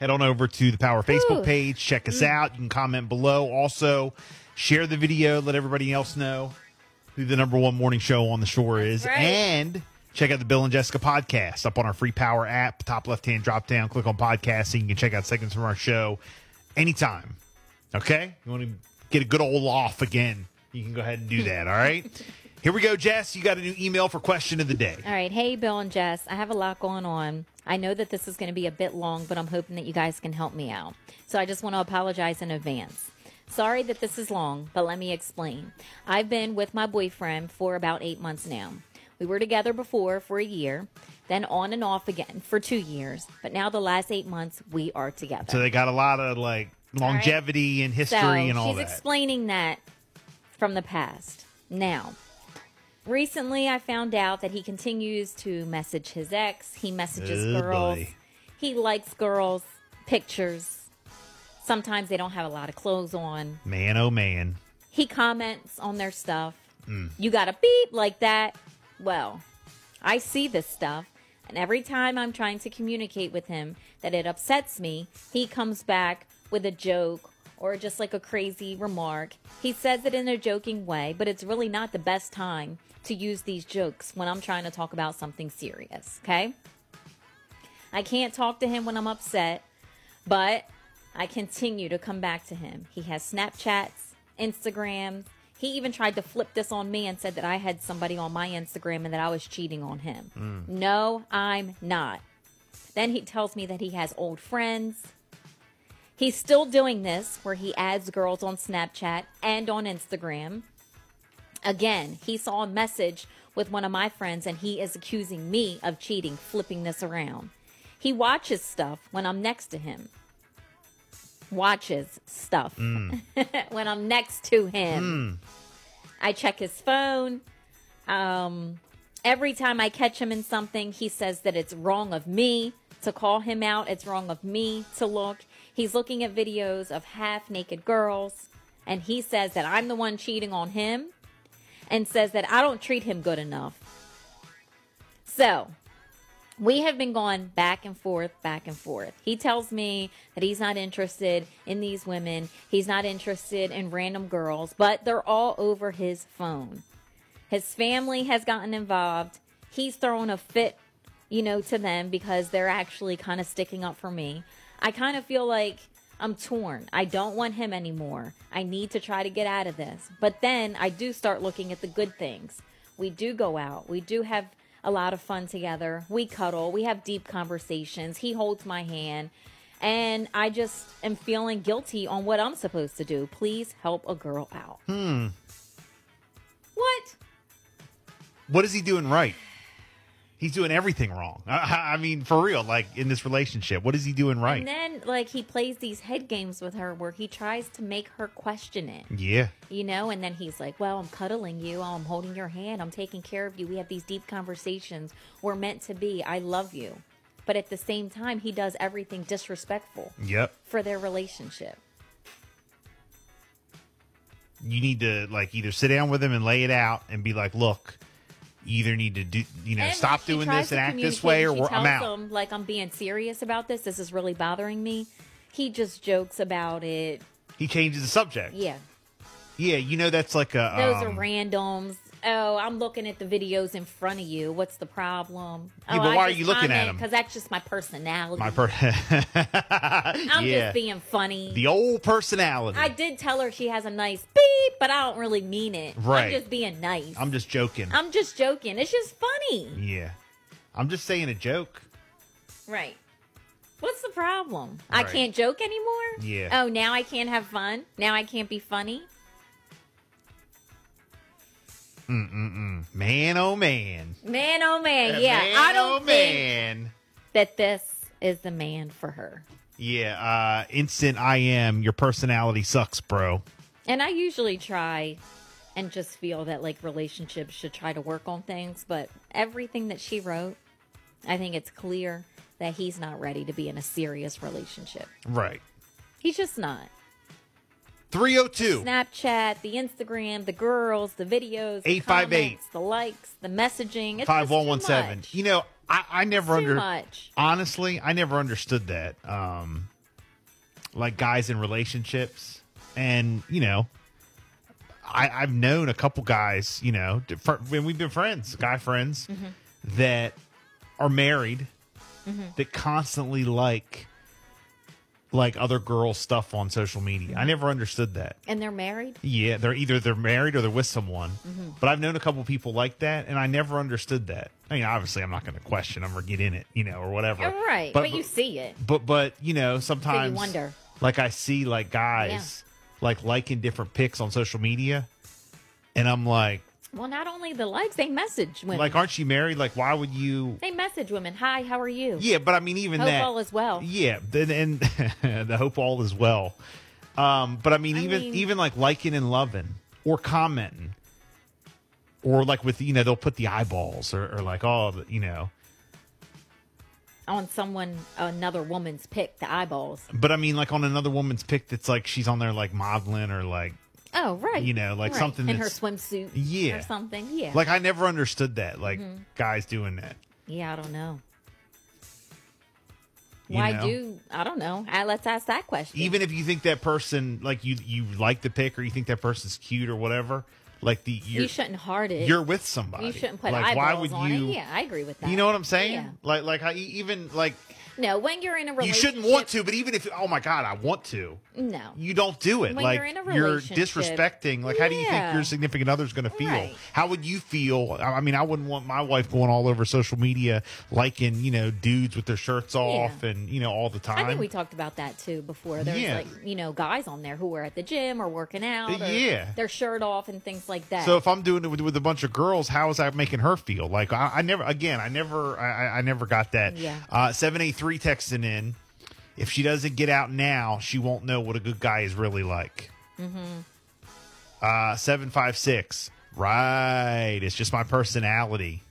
head on over to the Power Ooh. Facebook page. Check Mm. us out. You can comment below. Also, share the video. Let everybody else know who the number one morning show on the shore is. right. And check out the Bill and Jessica podcast up on our free Power app. Top left hand drop down. Click on podcast, and you can check out segments from our show anytime. Okay? You want to get a good old off again? You can go ahead and do that. All right? Here we go, Jess. You got a new email for question of the day. All right. Hey, Bill and Jess. I have a lot going on. I know that this is going to be a bit long, but I'm hoping that you guys can help me out. So I just want to apologize in advance. Sorry that this is long, but let me explain. I've been with my boyfriend for about eight months now. We were together before for a year, then on and off again for two years. But now, the last eight months, we are together. So they got a lot of like longevity and history so and all she's that. explaining that from the past. Now, recently I found out that he continues to message his ex. He messages Oh, girls. boy. He likes girls' pictures. Sometimes they don't have a lot of clothes on. man, oh man. He comments on their stuff. You got a beep like that. Well, I see this stuff. And every time I'm trying to communicate with him that it upsets me, he comes back with a joke or just like a crazy remark. He says it in a joking way, but it's really not the best time to use these jokes when I'm trying to talk about something serious, okay? I can't talk to him when I'm upset, but I continue to come back to him. He has Snapchats, Instagrams. He even tried to flip this on me and said that I had somebody on my Instagram and that I was cheating on him. No, I'm not. Then he tells me that he has old friends. He's still doing this where he adds girls on Snapchat and on Instagram. Again, he saw a message with one of my friends and he is accusing me of cheating, flipping this around. He watches stuff when I'm next to him. Watches stuff when I'm next to him. I check his phone. Um, every time I catch him in something, he says that it's wrong of me to call him out. It's wrong of me to look. He's looking at videos of half naked girls, and he says that I'm the one cheating on him and says that I don't treat him good enough. So, we have been going back and forth, back and forth. He tells me that he's not interested in these women. He's not interested in random girls, but they're all over his phone. His family has gotten involved. He's throwing a fit, you know, to them because they're actually kind of sticking up for me. I kind of feel like I'm torn. I don't want him anymore. I need to try to get out of this. But then I do start looking at the good things. We do go out. We do have a lot of fun together. We cuddle. We have deep conversations. He holds my hand. And I just am feeling guilty on what I'm supposed to do. Please help a girl out. Hmm. What? What is he doing right? He's doing everything wrong. I, I mean, for real, like in this relationship, what is he doing right? And then, like, he plays these head games with her where he tries to make her question it, yeah. you know? And then he's like, Well, I'm cuddling you. Oh, I'm holding your hand. I'm taking care of you. We have these deep conversations. We're meant to be. I love you. But at the same time, he does everything disrespectful Yep. for their relationship. You need to like either sit down with him and lay it out and be like, look, you either need to do, you know, And stop when she doing this tries to and act this communicate way or and she we're, I'm tells out. him, like, I'm being serious about this. This is really bothering me. He just jokes about it. He changes the subject. Yeah. Yeah. you know, that's like a. Those um, are randoms. Oh, I'm looking at the videos in front of you. What's the problem? Yeah, oh, but why are you looking at them? Because that's just my personality. My per- I'm yeah. just being funny. the old personality. I did tell her she has a nice beep, but I don't really mean it. Right. I'm just being nice. I'm just joking. I'm just joking. It's just funny. yeah. I'm just saying a joke. Right. What's the problem? I Right. can't joke anymore? Yeah. Oh, now I can't have fun? Now I can't be funny? Man, oh man. Man, oh man. Yeah. man, I don't oh, think man. that this is the man for her. Yeah, uh instant I am your personality sucks, bro. And I usually try and just feel that like relationships should try to work on things, but everything that she wrote, I think it's clear that he's not ready to be in a serious relationship. Right. He's just not. 302. Snapchat, the Instagram, the girls, the videos, the 858. comments, the likes, the messaging. It's just too 5117. much. You know, I, I never Too under much. honestly, I never understood that. Um, like guys in relationships, and you know, I, I've known a couple guys, you know, di- fr- when we've been friends, guy friends Mm-hmm. that are married, that constantly like like other girls' stuff on social media. Mm-hmm. I never understood that. And they're married? Yeah, they're either they're married or they're with someone. Mm-hmm. But I've known a couple people like that, and I never understood that. I mean, obviously, I'm not going to question them or get in it, you know, or whatever. All right. But, you see it. but but you know, sometimes wonder. Like I see like guys like liking different pics on social media, and I'm like, Well, not only the likes, they message women. like, aren't you married? Like, why would you? they message women. Hi, how are you? Yeah, but I mean, even Hope that all is well. Yeah, then and the hope all is well. Um, but I mean, I even mean- even like liking and loving or commenting, or like with you know they'll put the eyeballs or, or like oh the- you know. On someone, another woman's pick, the eyeballs. But I mean, like on another woman's pick that's like she's on there like modeling or like Oh, right. You know, like Right. something in her that's- swimsuit. Yeah. Or something. Yeah. like I never understood that like Mm-hmm. guys doing that. yeah, I don't know. you Why know? do I don't know? I, let's ask that question. even if you think that person like you you like the pick or you think that person's cute or whatever, like the you're, you shouldn't hard it. you're with somebody. you shouldn't put like eyeballs why would on you? it. Yeah, I agree with that. You know what I'm saying? Yeah. Like, like how you even like No, when you're in a you relationship, shouldn't want to, but even if oh my god, I want to, No, you don't do it. When like you're in a relationship- disrespecting. Like, how do you think Yeah. your significant other's going to feel? Right. How would you feel? I I mean, I wouldn't want my wife going all over social media liking you know dudes with their shirts off and you know all the time. I think we talked about that too before. There's Yeah. like you know guys on there who are at the gym or working out, or Yeah. their shirt off and things like that. so if I'm doing it with, with a bunch of girls, how is that making her feel? Like I, I never, again, I never, I, I- I never got that. Yeah. Uh, Seven eight three texting in. If she doesn't get out now, she won't know what a good guy is really like. Mm-hmm. Uh, Seven five six. Right. It's just my personality.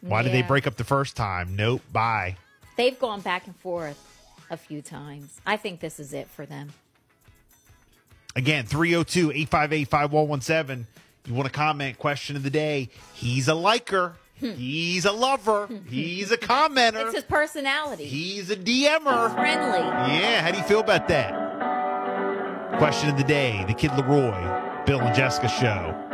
Why did they Yeah. break up the first time? Nope. Bye. They've gone back and forth a few times. I think this is it for them. Again, 302 858 5117. You want to comment, question of the day. He's a liker. He's a lover. He's a It's commenter. his personality. He's a DMer. friendly. Yeah, how do you feel about that? Question of the day The Kid Leroy, Bill and Jessica Show.